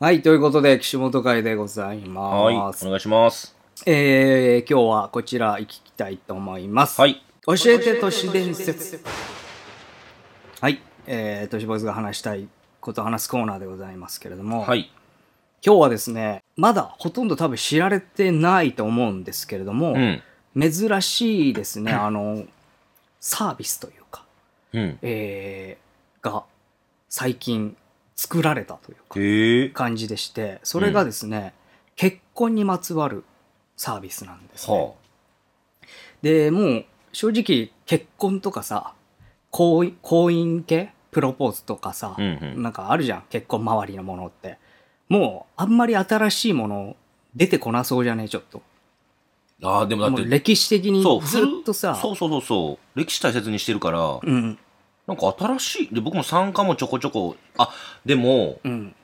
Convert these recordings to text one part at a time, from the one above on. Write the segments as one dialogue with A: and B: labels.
A: はい、ということで、岸本会でござい
B: はい、
A: ま
B: お
A: す。
B: 願いします。
A: えー、今日はこちら行きたいと思います。
B: はい。
A: 教えて都市伝説。はい、えー、都市ボーイズが話したいことを話すコーナーでございますけれども、
B: はい。
A: 今日はですね、まだほとんど多分知られてないと思うんですけれども、
B: うん。
A: 珍しいですね、あの、サービスというか、
B: うん。
A: えー、が最近作られたというか、
B: へえ。
A: 感じでしてそれがですね、結婚にまつわるサービスなんです、ね
B: は
A: でもう正直結婚とかさ婚姻婚姻系プロポーズとかさ
B: あ。う、ん
A: なんかあるじゃん結婚周りのものってもうあんまり新しいもの出てこなそうじゃねえちょっと
B: うん。ああ、でもだ
A: も
B: っ
A: う
B: て、
A: 歴史的に
B: そう、
A: ずっとさ
B: そうそうそうそう。歴史大切にしてるから、
A: うん
B: なんか新しい。で、僕も参加もちょこちょこ。あ、でも、
A: うん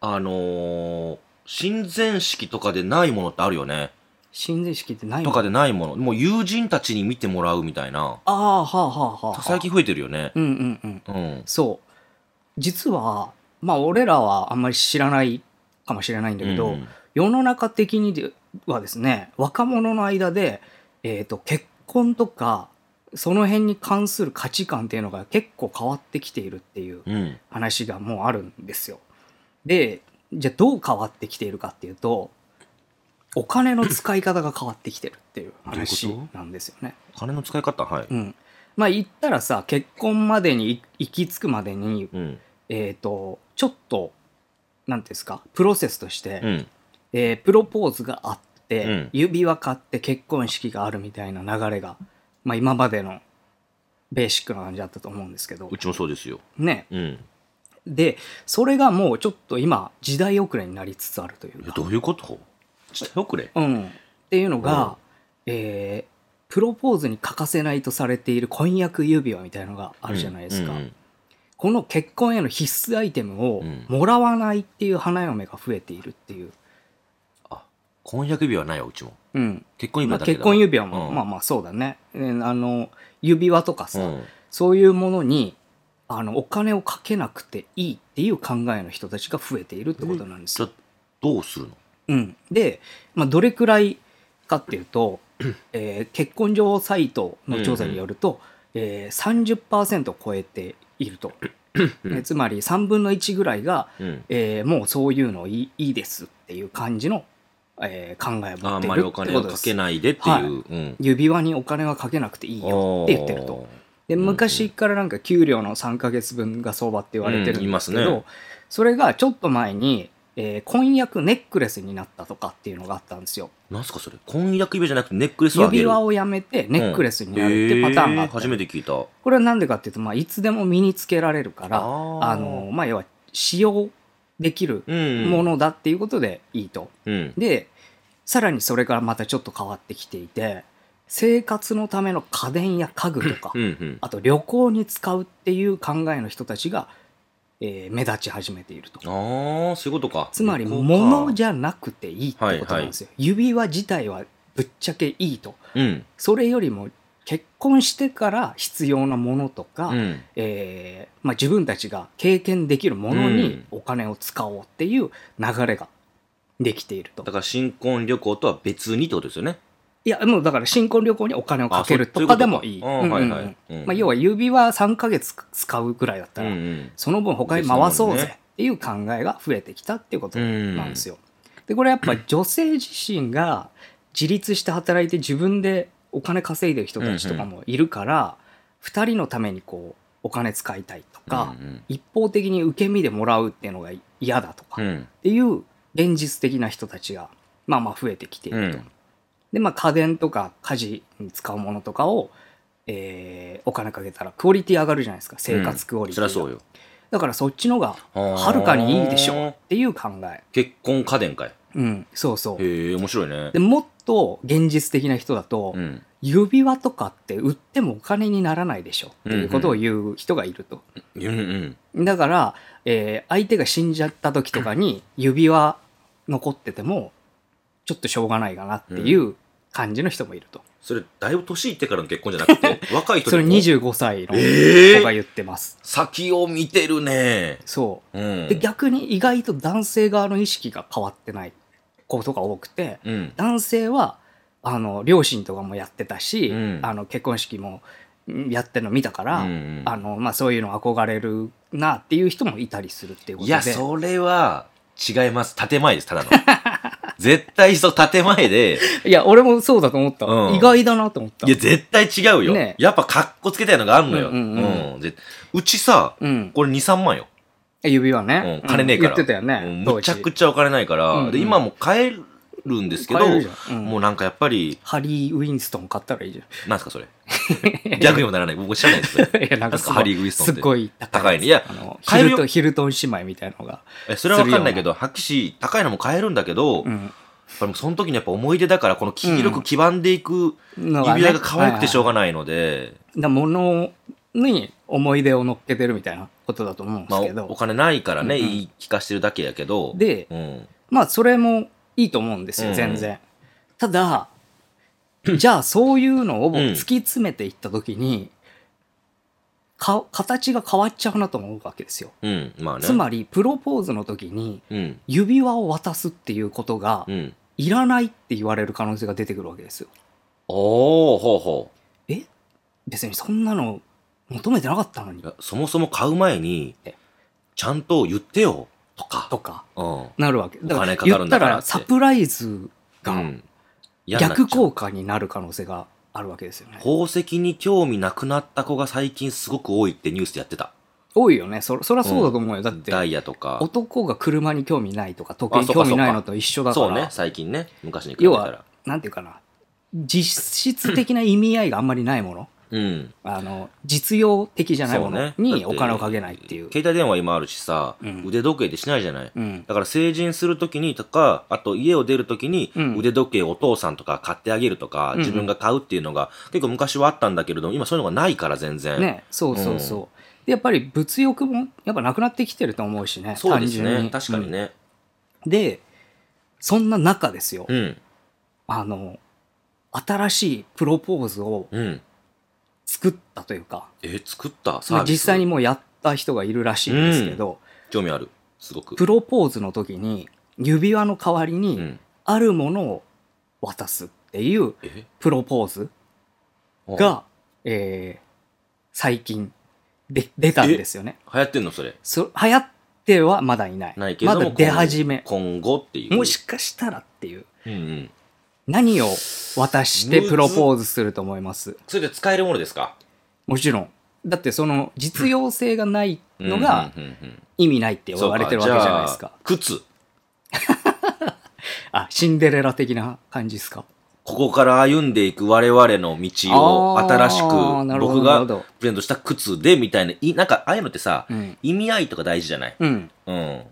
B: あのー、親善式とかでないものってあるよね。
A: 親善式ってない
B: とかでないもの。もう友人たちに見てもらうみたいな。
A: ああはあはあはあはあ
B: 最近増えてるよね。
A: うんうんうん
B: うん。
A: そう実はまあ俺らはあんまり知らないかもしれないんだけど、
B: うん
A: 世の中的にではですね若者の間で、えー、と結婚とかその辺に関する価値観っていうのが結構変わってきているっていう
B: うん。
A: 話がもうあるんですよ。でじゃあどう変わってきているかっていうとお金の使い方が変わってきてるっていう話
B: どういうこと
A: なんですよね。
B: 金の使い方、はい。
A: うん、まあ言ったらさ結婚までに行き着くまでに
B: うん。
A: えー、とちょっと何ですかプロセスとして、
B: うん。
A: えープロポーズがあって、
B: うん
A: 指輪買って結婚式があるみたいな流れが、まあ、今までのベーシックな感じだったと思うんですけど
B: う、ちもそうですよ。
A: ね、
B: うん。
A: でそれがもうちょっと今時代遅れになりつつあるという
B: え
A: か、
B: どういうこと 時代遅れ
A: うん、っていうのが、えープロポーズに欠かせないとされている婚約指輪みたいなのがあるじゃないですか。
B: うんうん
A: この結婚への必須アイテムを
B: うん
A: もらわないっていう花嫁が増えているっていう、
B: あ婚約指輪ないようちも
A: うん
B: 結婚指
A: まあ
B: 輪だけ
A: 結
B: だ、
A: 婚指輪も、
B: うん
A: まあまあそうだね、えーあの指輪とかさ、
B: うん
A: そういうものにあのお金をかけなくていいっていう考えの人たちが増えているってことなんです
B: じゃ
A: よ。
B: あどうするの
A: うん、で、まあ、どれくらいかっていうと、えー結婚情報サイトの調査によると、えー、30%を超えていると、
B: うん
A: えつまり3分の1ぐらいが
B: うん
A: えーもうそういうのいいいいですっていう感じの、えー考えを
B: あ
A: 持っ
B: ん
A: て
B: ま
A: い
B: り
A: る
B: お
A: って
B: 金
A: こ
B: を
A: とで
B: か
A: す
B: け。ないでっていう、
A: はい
B: うん
A: 指輪にお金はかけなくていいよって言ってると。で
B: うんうん
A: 昔からなんか給料の3ヶ月分が相場って言われてる
B: うんい
A: んで
B: ますす
A: け
B: ね
A: ど、それがちょっと前に、えー婚約ネックレスになったとかっていうのがあったんですよ。
B: なんすかそれ婚約指輪じゃなくてネックレスをあげる
A: 指輪をやめてネックレスになるってパターンがあ
B: え
A: っ
B: ー
A: た
B: 初
A: の、
B: めて聞いたあ
A: これはなんでかっていうと、まあ、いつでも身につけられるからあ
B: ー
A: の、まあ、要は使用できる
B: うん
A: ものだっていうことでいいと。
B: うん
A: でさらにそれからまたちょっと変わってきていて生活のための家電や家具とか
B: うんうん
A: あと旅行に使うっていう考えの人たちが、えー目立ち始めていると
B: あーそういうことか
A: つまり
B: こうか
A: 物じゃなくていいってことなんですよ、指輪自体はぶっちゃけいいと
B: うん
A: それよりも結婚してから必要なものとか、
B: うん
A: えーまあ、自分たちが経験できるもの
B: う
A: に
B: ん
A: お金を使おうっていう流れができていると
B: だから新婚旅行とは別にってことですよね
A: いや、もうだから新婚旅行にお金をかける
B: あそ
A: と
B: う
A: かでもいい。
B: そういうこ
A: う
B: とか
A: んうんうん
B: あーはいはいうん
A: まあ、要は指輪3ヶ月使うぐらいだった
B: う
A: ら、
B: ん
A: その分他に回そう
B: ですもん
A: ぜ
B: ね
A: っていう考えが増えてきたっていうことなんですよ。で、これやっぱ女性自身が自立して働いて自分でお金稼いでる人たちとかもいるから、2人のためにこう、お金使いたいとか、
B: うん
A: 一方的に受け身でもらうっていうのが嫌だとか
B: う、ん
A: っていう現実的な人たちがまあまあ増えてきていると。
B: うん
A: でまあ家電とか家事に使うものとかを、えーお金かけたらクオリティ上がるじゃないですか生活クオ
B: うん
A: リティ
B: そり
A: が、
B: ゃそうよ
A: だからそっちのがは
B: は
A: るかにいいでしょうっていう考え
B: 結婚家電かい
A: うんそうそう
B: へえ面白いね
A: でもっと現実的な人だと、
B: うん
A: 指輪とかって売ってもお金にならないでしょっていうことを言う人がいると、
B: うんうん
A: だから、えー相手が死んじゃった時とかに指輪残っててもちょっとしょうがないかなっていう感じの人もいると、
B: それ、だいぶ年いってからの結婚じゃな くて、若い人
A: それ
B: にも
A: 25歳の
B: えー
A: 子が言ってます、
B: 先を見てるね。。
A: そううんで逆に意外と男性側の意識が変わってないことが多くて
B: うん。
A: 男性はあの両親とかもやってたし、
B: うん
A: あの結婚式もんやってるの見たから、
B: うんうん
A: あのまあ、そういうの憧れるなっていう人もいたりするっていうこと
B: い
A: で
B: や、それは、違います。建前です、ただの。 絶対そう、建 前で、
A: いや俺もそうだと思った、
B: うん
A: 意外だなと思った
B: いや、絶対違うよ。
A: ね
B: やっぱ、格好つけたいのがあるのよ。
A: うんうんうん
B: うんぜうちさ、
A: うん、
B: これ2、3万よ。
A: え指輪
B: うん
A: ね、、
B: 金ねえから。
A: 言ってたよね、
B: うん
A: 当
B: むち
A: 時
B: ゃくちゃお金ないから。
A: うんうん
B: で、今もう買えるんですけど、
A: 買えるじゃんうん
B: もうなんかやっぱり、
A: ハリー・ウィンストン買ったらいいじゃ
B: なんすかそれ。逆にもならない。僕知らないで すよ。
A: んいやなんかすごい
B: なんすかハリーウィンストンっ
A: す
B: て
A: っごい高い
B: 高いねいや
A: あ のヒ
B: 買える
A: ル
B: よ
A: トンヒルトン姉妹みたいなのが、
B: えそれはわかんないけど、白紙、高いのも買えるんだけど、
A: う
B: やっ
A: ん、
B: ぱりその時にやっぱ思い出だから、この黄色く黄ばんでいく
A: の
B: 指輪が可愛くてしょう
A: がね
B: がないので、
A: はいはいだ物に思い出を乗っけてるみたいなことだと思うんで
B: ますあ
A: けど、
B: お、お金ないからね、
A: うんうん
B: 言い聞かしてるだけやけど、
A: で
B: うん。
A: まあそれもいいと思うんです
B: う
A: よ
B: ん
A: 全然、た だじゃあそういうのを
B: うん
A: 突き詰めていった時に、か形が変わっちゃうなと思うわけですよ
B: うん、まあね。
A: つまりプロポーズの時に
B: うん、
A: 指輪を渡すっていうことが
B: うん。
A: いらないって言われる可能性が出てくるわけですよ
B: おー、ほうほ
A: 別にそんなの求めてなかったのに
B: ういや。そもそも買う前に
A: え、
B: ちゃんと言ってよ、とか。
A: とか
B: うん。
A: なるわけだか
B: お金
A: ら
B: かかる
A: 言
B: ん
A: っ
B: だ
A: た
B: からっ
A: ら
B: て
A: サプライズ
B: う
A: が
B: ん
A: 逆効
B: 果。
A: 果になる可能性があるわけですよね
B: 宝石に興味なくなった子が最近すごく多いってニュースでやってた。
A: 多いよねそそりゃそうだと思うよ、だって
B: ダイヤとか。
A: 男が車に興味ないとか時計
B: あ
A: に
B: そうか
A: 興味ないのと一緒だか
B: そ
A: ら
B: うね、最近ね。昔に比べ
A: 要
B: たら
A: は。なんていうかな実質的な意味合いがあんまりないもの
B: うん。
A: あの実用的じゃないもの
B: だっ
A: に
B: て
A: お金をかけないっていうう,、
B: 携帯電話今あるしさ、
A: うん
B: 腕時計でしないじゃない。
A: ん
B: だから成人するときにとか、あと家を出るときに
A: うん
B: 腕時計をお父さんとか買ってあげるとか、
A: うんうん
B: 自分が買うっていうのが結構昔はあったんだけれども、今そういうのがないから全然。
A: ねそうそうそう、でやっぱり物欲もやっぱなくなってきてると思うしね
B: そうです
A: 単純
B: ね。確かにね。
A: うんでそんな中ですよ、
B: うん。
A: あの新しいプロポーズを
B: うん。
A: 作ったというか、
B: え、作ったサ
A: ま
B: ー
A: あ、
B: ビス。
A: 実際にもうやった人がいるらしいんですけど、
B: 興味ある。すごく。
A: プロポーズの時に指輪の代わり
B: う
A: に
B: ん。
A: あるものを渡すっていう
B: え
A: プロポーズが、えー最近で出たんですよね
B: 流行ってんのそれ。
A: そ流行ってはまだいない
B: ないけれど
A: ま
B: も
A: だ出始め
B: 今後っていう。
A: もしかしたらっていう
B: うんうん。
A: 何を渡してプロポーズすると思います
B: それで使えるものですか
A: もちろんだってその実用性がないのが
B: うんうんうん
A: 意味ないって
B: うん
A: 言われてるわけじゃないですか
B: そうじゃあ靴。
A: あシンデレラ的な感じですか
B: ここから歩んでいく我々の道を
A: あー
B: 新しく
A: なるほど
B: 僕
A: なる
B: が
A: ほど
B: プレゼントした靴でみたいな、いなんかああいうのってさ、
A: うん
B: 意味合いとか大事じゃない
A: うん
B: うん。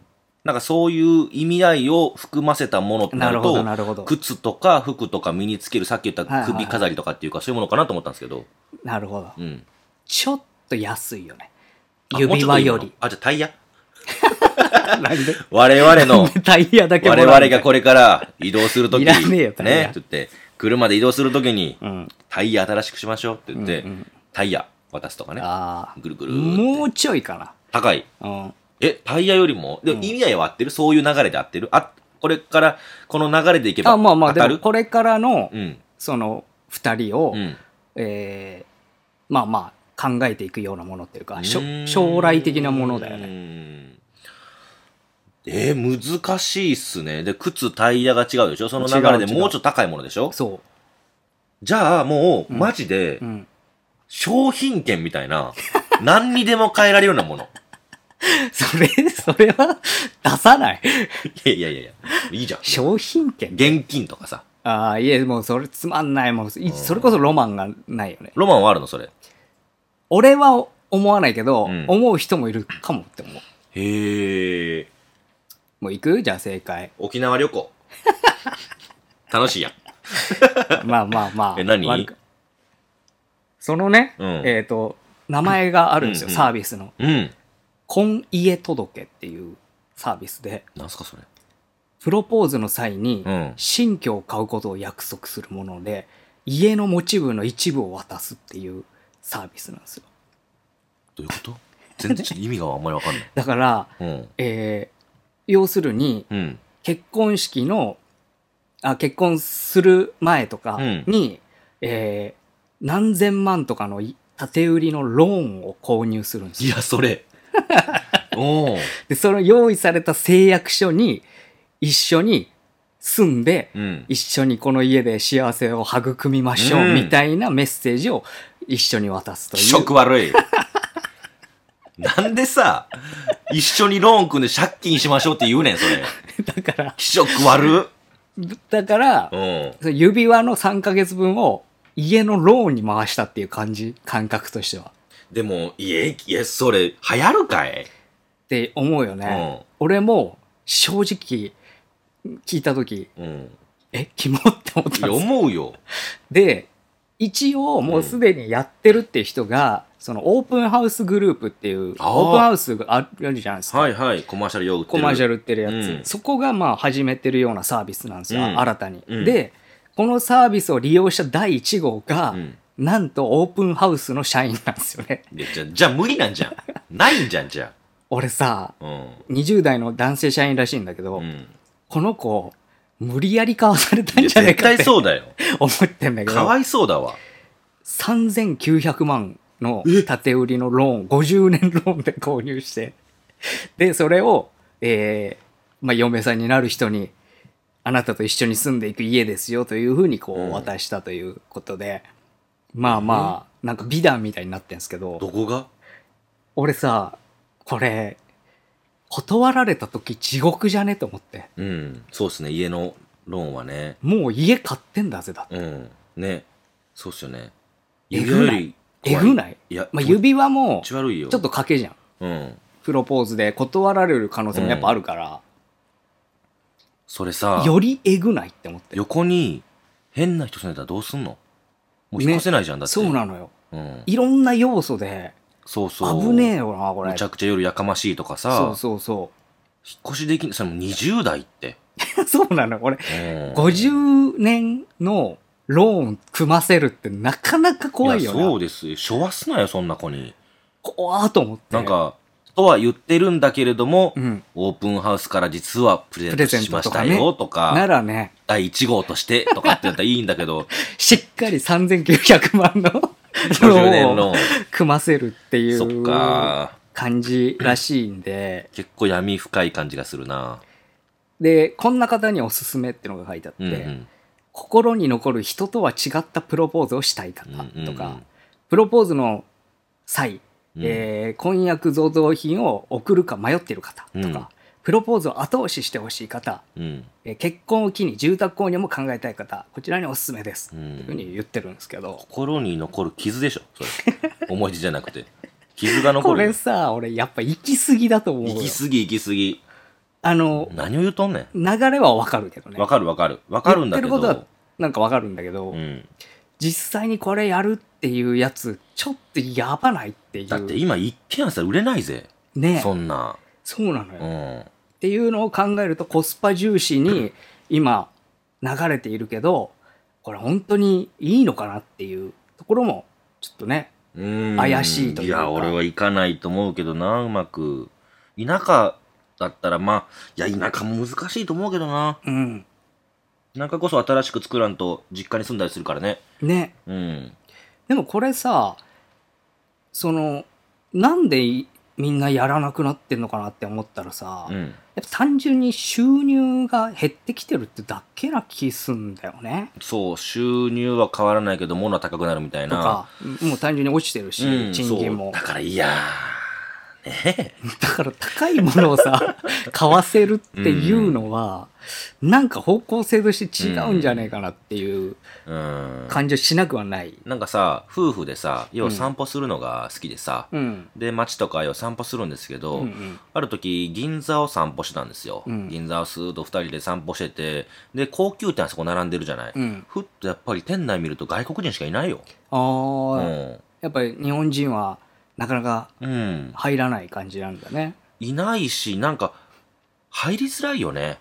B: なんかそういう意味合いを含ませたものってな
A: なる
B: る
A: ほど
B: と、
A: なるほど
B: 靴とか服とか身につける、さっき言っ
A: はい
B: た
A: はいはい
B: 首飾りとかっていうか、そういうものかなと思ったんですけど、
A: なるほど
B: うん。
A: ちょっと安いよね
B: あ
A: 指輪よ。
B: もうちょっといいもの
A: り
B: あ、じゃあタイヤ
A: なんで
B: 我々 の、
A: タイヤだけもら
B: 我
A: う
B: 々がこれから移動するとき、
A: いらねえよタイヤ
B: ね、つって、車で移動するときに、
A: うん
B: タイヤ新しくしましょうって言って、
A: うんうん
B: タイヤ渡すとかね。
A: あ
B: ぐるぐ
A: あ
B: る。
A: もうちょいか
B: 高い。
A: なうん
B: え、タイヤよりも、でも
A: うん
B: 意味合いは合ってるそういう流れで合ってるあ、これから、この流れでいけば
A: あ
B: 当たる
A: まあまあでもこれからの
B: うん。
A: その2人を、
B: うん。
A: えーまあまあ考えていくようなものっていうかしょ
B: うーん
A: 将来的なものだよね。
B: えー難しいっすね。で、靴、タイヤが違うでしょその
A: 違う
B: 流れで
A: 違う
B: もうちょっと高いものでしょ
A: そ
B: じゃあ、もう、マジで
A: う、う、ん、
B: 商品券みたいな、何にでも変えられるようなもの。
A: それそれは出さない
B: いやいやいやいや、いいじゃん。
A: 商品券
B: 現金とかさ。
A: ああいえもうそれつまんないもういそれこそロマンがないよね
B: ロマンはあるのそれ。
A: 俺は思わないけど、
B: うん
A: 思う人もいるかもって思う
B: へえ。
A: もう行くじゃあ正 解
B: 沖縄旅行。楽しいやん。
A: まあまあまあ
B: え何
A: 悪くそのね、
B: うん
A: えっ、と名前があるんですよ、
B: うんうん
A: サービスの
B: うん。
A: 「婚家届」っていうサービスで
B: なんすかそれ。
A: プロポーズの際に
B: うん
A: 新居を買うことを約束するもので、家の持ち分の一部を渡すっていうサービスなんですよ
B: どういうこと全然ちょっと意味があんまりわかんない。
A: だから、
B: うん。
A: えー要するに
B: うん。
A: 結婚式のあ結婚する前とかに、えー何千万とかのい建て売りのローンを購入するんです
B: い
A: よ
B: や、そ れ。おお。
A: でその用意された誓約書に一緒に住んで
B: うん。
A: 一緒にこの家で幸せを育みましょう
B: うん
A: みたいなメッセージを一緒に渡すとい
B: 気
A: う、
B: 色悪い。なんでさ、一緒にローン組んで借金しましょうって言うねん、それ。
A: だから
B: 気色悪。
A: だから
B: うん。
A: その指輪の3ヶ月分を家のローンに回したっていう感じ感覚としてはっ
B: でも、いえ、いえ、それ、流行るかい
A: て思うよ
B: う
A: ね、
B: ん。
A: 俺も正直聞いた時
B: うん。
A: えキモって思っ
B: い
A: たん
B: や、
A: です
B: 思う よ。
A: で一応もうすでにやってるって人が、そのオープンハウスグループっていうオープン
B: あー
A: ハウスがあるじゃないですか、
B: はいはい、コマーシャル用語。
A: コマーシャ
B: ル。
A: ル売ってるやつ、
B: うん
A: そこがまあ始めてるようなサービスなんですよ、
B: うん
A: 新たに、
B: うん
A: でこのサービスを利用した第1号が、
B: うん。
A: なんとオープンハウスの社員なんですよね
B: でじゃ、じゃあ無理なんじゃん。ないんじゃん、じゃ
A: 俺さ
B: あ。うん。
A: 20代の男性社員らしいんだけど、
B: うん。
A: この子無理やり買わされたん
B: いや
A: じゃない
B: 絶
A: かっ
B: 対
A: て
B: そうだよ。
A: 思ってんだけ
B: か
A: ど
B: わいそうだわ。
A: 3900万の建て売りのローン50年ローンで購入してでそれを、えーまあ、嫁さんになる人にあなたと一緒に住んでいく家ですよというふうにこ
B: うん
A: う渡したということで、まあまあなんか美談みたいになってんすけど
B: どこが
A: 俺さこれ断られた時地獄じゃねと思って
B: うん、そうですね、家のローンはね。
A: もう家買ってんだぜだって
B: うん、ね、そうっすよね。
A: え
B: 指
A: ぐ
B: 輪よ
A: ない
B: り
A: え
B: 怖
A: ぐない、
B: いや、
A: まあ、
B: 気持
A: 指輪も
B: ち悪いよ。
A: ちょっと、賭けじゃん
B: うん。
A: プロポーズで断られる可能性もやっぱあるから、
B: それさ、
A: よりえぐないって思って
B: 横に変な人住んでたらどうすんのもう引っ
A: ね
B: 越せないじゃん、だって。
A: そうなのよ
B: うん。
A: いろんな要素で
B: そうそう。
A: 危ねえよなこれ
B: むちゃくちゃ夜やかましいとかさ、
A: そうそうそ
B: 引っ越しできん、それも20代って。
A: う そうなのよ俺
B: うん
A: 50年のローン組ませるってなかなか怖いよ
B: やそ
A: な
B: うですよ。昭和すなよ、そんな子に。
A: 怖ーと思って
B: なんか、とは言ってるんだけれども、
A: うん、
B: オープンハウスから実はプレゼントしましたよとか、
A: ならね
B: 第1号としてとかってやったらいいんだ けど、
A: しっかり3900万 の
B: 50 年
A: ローンを
B: の、
A: 組ませるってい
B: そっ
A: う
B: か、
A: 感じらしいんで
B: 結構闇深い感じがするな。
A: でこんな方におすすめってのが書いてあって、
B: うんうん。
A: 心に残る人とは違ったプロポーズをしたい方とか、
B: うんうんうん
A: プロポーズの際、
B: うん
A: えー婚約贈答品を送るか迷っている方とか、
B: うん
A: プロポーズを後押ししてほしい方、
B: うん。
A: えー結婚を機に住宅購入も考えたい方こちらにおすすめです、
B: う、
A: というふうんに言ってるんですけど
B: 心に残る傷でしょ、それ。思い出じゃなくて。傷が
A: こ
B: 残る
A: れ
B: よ。
A: さ俺やっぱ行き過ぎだと思うよ
B: 行き過ぎ行き過ぎ。
A: あの
B: 何を言うとんね
A: 流れはわかるけど
B: ん。
A: ね
B: わかるわかる。わかるんだけ
A: 言ってる
B: ど
A: こ。なんかわかるんだけど、
B: うん、
A: 実際にこれやるっていうやつちょっとやばないっていう
B: だって今一軒家さ売れないぜ、
A: ね
B: そんな、
A: そうなのよ、
B: う
A: っ
B: ん、
A: ていうのを考えるとコスパ重視に今流れているけどこれ本当にいいのかなっていうところもちょっとね
B: うん
A: 怪しいというか
B: や俺は行かないと思うけどなうまく田舎だったらまあいや田舎も難しいと思うけどな
A: うん
B: 田舎こそ新しく作らんと実家に住んだりするからね
A: ね
B: うん
A: でもこれさそのなんでいみんなやらなくなってんのかなって思ったらさ、
B: う
A: やっ
B: ん
A: ぱ単純に収入が減ってきてるってだけな気すんだよね。
B: そう収入は変わらないけど物は高くなるみたい
A: と
B: な
A: かもう単純に落ちてるし、
B: うん、
A: 賃金も
B: そうだからいやーねえ
A: だから高いものを さ買わせるっていうのは、なんか方向性として違うんじゃねえかなっていう
B: うん
A: 感じはしなくはない。
B: なんかさ夫婦でさ要は
A: うん
B: 散歩するのが好きでさ、
A: うん。
B: で街とか要は散歩するんですけど、
A: うんうん
B: ある時銀座を散歩してたんですよ、
A: うん
B: 銀座をスーッと2人で散歩しててで高級店あそこ並んでるじゃない、
A: うん。
B: ふっとやっぱり店内見ると外国人しかいないよ
A: あ
B: う
A: あ、
B: ん、
A: やっぱり日本人はなかなか
B: うん、
A: 入らない感じなんだね。
B: いないしなんか入りづらいよね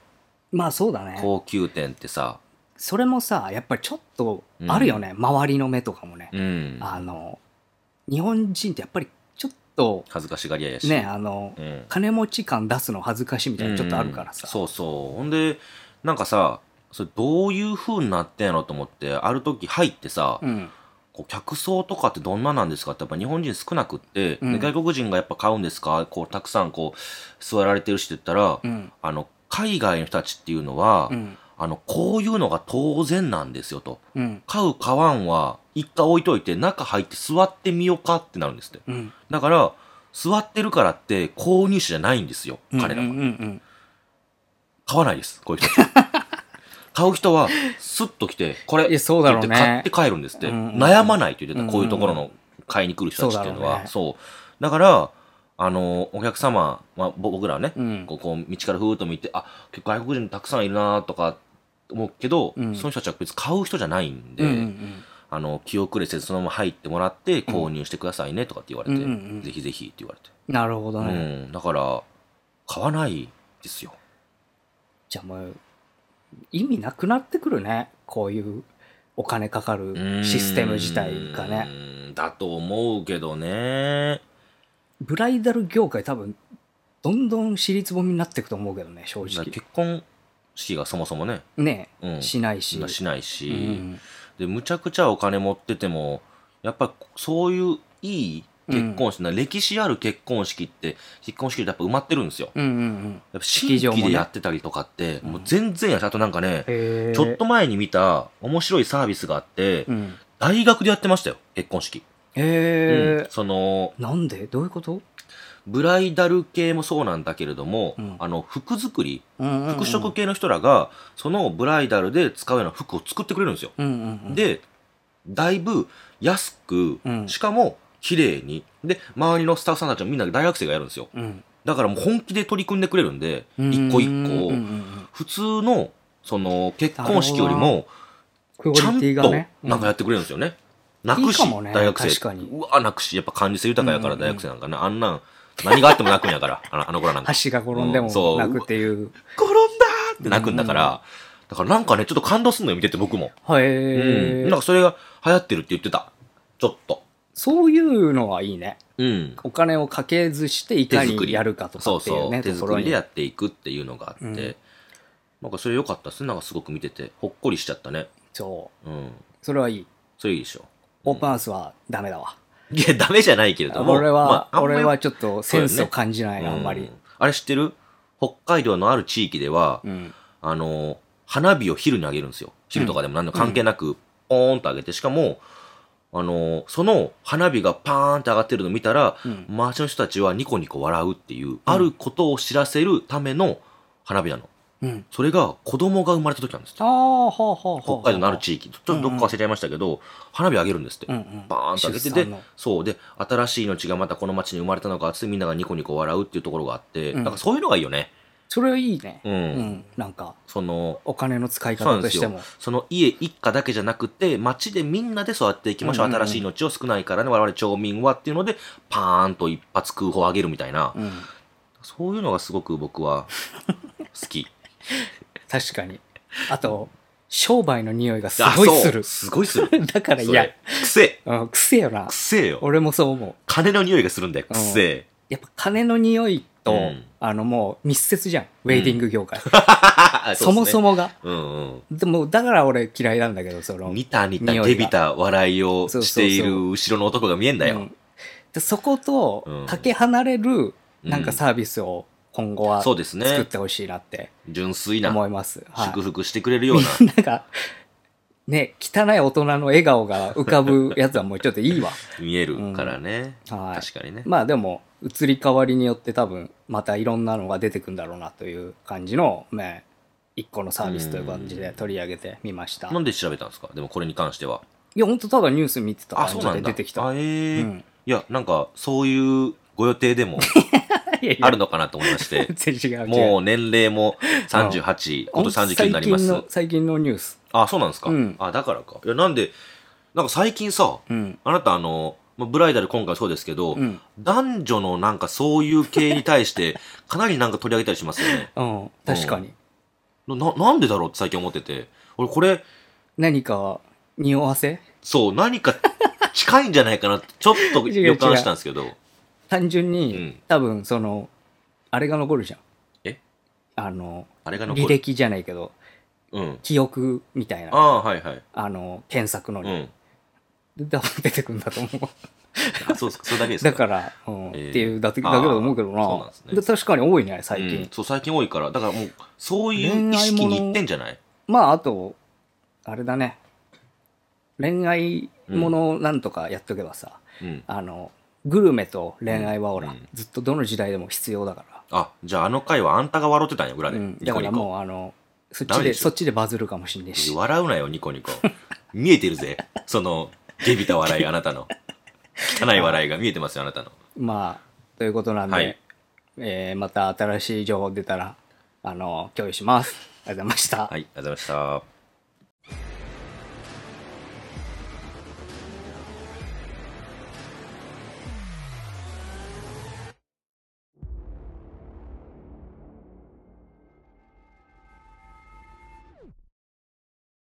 A: まあそうだね。
B: 高級店ってさ
A: それもさやっぱりちょっとあるよね、周りの目とかもね、
B: うん。
A: あの日本人ってやっぱりちょっと
B: 恥ずかしがり屋やし。
A: ねあの、
B: うん。
A: 金持ち感出すの恥ずかしいみたいなのちょっとあるからさ、
B: そうそうほんでなんかさそれどういう風になってんやろと思ってある時入ってさ、
A: うん
B: こう客層とかってどんななんですかってやっぱ日本人少なくって、
A: うん
B: で外国人がやっぱ買うんですかこうたくさんこう座られてるしって言ったら、
A: うん
B: あの海外の人たちっていうのは、
A: うん
B: あのこういうのが当然なんですよと
A: うん
B: 買う買わんは一回置いといて中入って座ってみようかってなるんですって
A: うん
B: だから座ってるからって購入者じゃないんですよ彼らは、
A: うんうんうん
B: 買わないです、こ ういう人。買う人は、スッと来て、これ、
A: いやそうだろうね
B: って言って買って帰るんですって。
A: うんうん
B: 悩まないと言って
A: うんう
B: た、
A: ん
B: こういうところの買いに来る人たちっていうのは。
A: そ
B: そうだ,、から、あの、お客様、まあ、ぼ僕らはね、
A: うん
B: こうこう道からふーっと見て、あ、結構外国人たくさんいるなとか思うけど、
A: うん
B: その人たちは別に買う人じゃないんで、
A: うんうん
B: あの、気遅れせずそのまま入ってもらって、購入してくださいねとかって言われて、
A: うんうんうん
B: ぜひぜひって言われて。
A: うんなるほどね、
B: うん、だから、買わないですよ。
A: じゃあもう意味なくなってくるねこういうお金かかるシステム自体がね
B: うーん。だと思うけどね。
A: ブライダル業界多分どんどん尻つぼみになっていくと思うけどね正
B: だから
A: 直
B: 結婚式がそもそもね、
A: ね
B: うん、
A: しないし
B: なしないし、
A: うん
B: で、むちゃくちゃお金持ってても、やっぱそういういい結婚式、な歴史ある結婚式って、結婚式ってやっぱ埋まってるんですよ。
A: うんうんうん
B: やっぱ新
A: 式場も
B: 規
A: ね
B: でやってたりとかって、
A: うん
B: もう全然やし、あとなんかね、
A: へー
B: ちょっと前に見た面白いサービスがあって、
A: うん
B: 大学でやってましたよ、結婚式。
A: へ
B: うん
A: え
B: その、
A: なんでどういうこと
B: ブライダル系もそうなんだけれども、
A: うん
B: あの、服作り、服
A: 服
B: 飾系の人らが、そのブライダルで使うような服を作ってくれるんですよ。
A: で
B: で、だいぶ安く
A: う、ん
B: しかも綺麗に。で、周りのスタッフさんたちもみんな大学生がやるんですよ。だからもう本気で取り組んでくれるんで、一個一個を、普通の、その、結婚式よりも、
A: 個
B: ちゃんと、なんかや
A: か
B: ってくれるんですよね。泣くし、
A: いいかもね
B: 大学生。
A: 確かに
B: うわ、泣くし、やっぱ感じ性豊かやから、
A: うんうんう
B: 大
A: ん
B: 学生なんかね、あんなん、何があっても泣くんやから、あのあの子らなんか。
A: 箸が転んでも
B: うんそう
A: なくっていう
B: 転んだーって泣くんだから、だからなんかね、ちょっと感動すんのよ、見てて僕も。
A: へ
B: うん。なん
A: え
B: かそれが流行ってるって言ってた。ちょっと。
A: そういうのはいいね
B: うん。
A: お金をかけずしていか
B: 手作り
A: にやるかとか
B: そう
A: ってい
B: そうう。
A: ね
B: 手
A: とこ
B: 作
A: ろ
B: り
A: に
B: でやっていくっていうのがあって、
A: うん
B: なんかそれ良かったですね。なんかすごく見てて、ほっこりしちゃったね。
A: そう
B: うん。
A: それはいい
B: それいいでしょ。
A: オープンハウスはダメだわ
B: いや、ダメじゃないけれども。
A: 俺は、
B: まあ
A: 俺は、ちょっとセンスを感じ
B: あ
A: ない
B: ん
A: な、あん
B: ま
A: ま
B: りう
A: り
B: ん。。あれ知ってる北海道のある地域では、
A: うん。
B: あの、花火を昼にあげるんですよ。昼とかでも何の関係なく、ポーンとあげて、しかも、あの、その花火がパーンって上がってるのを見たら、
A: うん
B: 街の人たちはニコニコ笑うっていう、あることを知らせるための花火なの。
A: うん。
B: それが子供が生まれた時なんですって
A: あ。あ、はあ、はあ。
B: 北海道のある地域、ちょっとどっか忘れちゃいましたけど、花火あげるんですって。
A: うんうん
B: バーンと上げて
A: 出
B: で
A: 産の
B: そうで新しい命がまたこの町に生まれたのかつってみんながニコニコ笑うっていうところがあって、
A: うん
B: なんかそういうのがいいよね
A: それいいね。
B: うん
A: なんか、
B: その
A: お金の使い
B: そうな
A: 方
B: んで
A: と
B: す
A: して
B: よ
A: も。。
B: その家一家だけじゃなくて、町でみんなで育っていきましょう。
A: うんうんうん
B: 新しい命を少ないからね、我々町民はっていうので、パーンと一発空砲を上げるみたいな。
A: うん。
B: そういうのがすごく僕は好き。
A: 確かに。あと、商売の匂い がす
B: あ
A: ごい
B: そう
A: する。
B: すごいす る。
A: だから
B: そ
A: 嫌
B: れ。くせえ。
A: うん、くせえよな
B: く。せえよ。
A: 俺もそう思う。
B: 金の匂いがするんだよ。く せえ。
A: やっぱ金の匂いと
B: うん、
A: あのもう密接じゃん。ウェディング業 界。そもそ
B: も。
A: もが。
B: うん
A: でも、だから俺嫌いなんだけど、そ
B: うん。
A: の。
B: 似た似た、
A: 匂いが
B: デビた笑いを
A: そうそう
B: し
A: そ
B: て
A: う
B: いる後ろの男が見えんだ
A: う
B: よ
A: ん。でそこと
B: うん
A: かけ離れる
B: うん
A: なんかサービスを今後は
B: そう
A: 作
B: ですね
A: っ。てほしいなって
B: 純粋な、
A: 思います。はい
B: 祝福してくれるような。
A: みんながね、汚い大人の笑顔が浮かぶやつはもうちょっといいわ。
B: 見えるからね、
A: うんはい
B: 確かに ね、
A: まあでも移り変わりによって多分またいろんなのが出てくんだろうなという感じの、まあ、一個のサービスという感じで取り上げてみました。
B: ないんで調べたんですかでもこれに関しては
A: や、ほんとただニュース見てた
B: あ
A: 感
B: そう
A: じ
B: な
A: で
B: んだ
A: 出てきた。
B: あえー
A: うん
B: いやなんかそういうご予定でも
A: い やいや
B: あるのかなと思いまして
A: 全然 違う違う。
B: もう年齢も38今年39になりま
A: 最近
B: す
A: の最近のニュース。
B: あそうなんですか、
A: うん
B: あだからかいやなんでなんか最近さ
A: うん。
B: あなたあのまあブライダル今回そうですけど、
A: うん。
B: 男女のなんかそういう系に対してかなりなんか取り上げたりしますよね
A: うん、確かに。
B: なななんでだろうって最近思ってて俺これ
A: 何か匂わせ
B: そう何か近いんじゃないかなってちょっ と
A: 違う
B: 予感したんですけど
A: 単純に、
B: うん
A: 多分そのあれが残るじゃん
B: え
A: あの
B: あれが残
A: 履
B: る
A: 歴じゃないけど
B: うん
A: 記憶みたいな
B: あ
A: あ
B: あはいはい
A: の検索の
B: う
A: に、
B: ん
A: 多分出てくるんだと思う
B: あそうですかそれだけ ですか
A: だから、うん
B: えー
A: っていうだけだけだと思うけどな
B: あーそうなんですね
A: で確かに多いね最近、
B: うん、そう最近多いからだからもうそういう意識にいってんじゃない
A: まああとあれだね恋愛ものなんとかやっとけばさ、
B: うん
A: あのグルメと恋愛はほら、
B: うん
A: ずっとどの時代でも必要だか
B: あじゃああの回はあんたが笑ってたんや裏
A: ら、
B: で、
A: うん、
B: ニ
A: だ
B: コ
A: か
B: ニ
A: ら
B: コ
A: もうあのそっ
B: ダ
A: ち
B: メで
A: で
B: しょ
A: そっちでバズるかもしんないし
B: 笑うなよニコニコ見えてるぜその下びた笑いあなたの汚い笑いが見えてますよあなたの
A: まあということなんで、
B: はい
A: えーまた新しい情報出たらあの共有しますありがとうございました
B: はいありがとうございました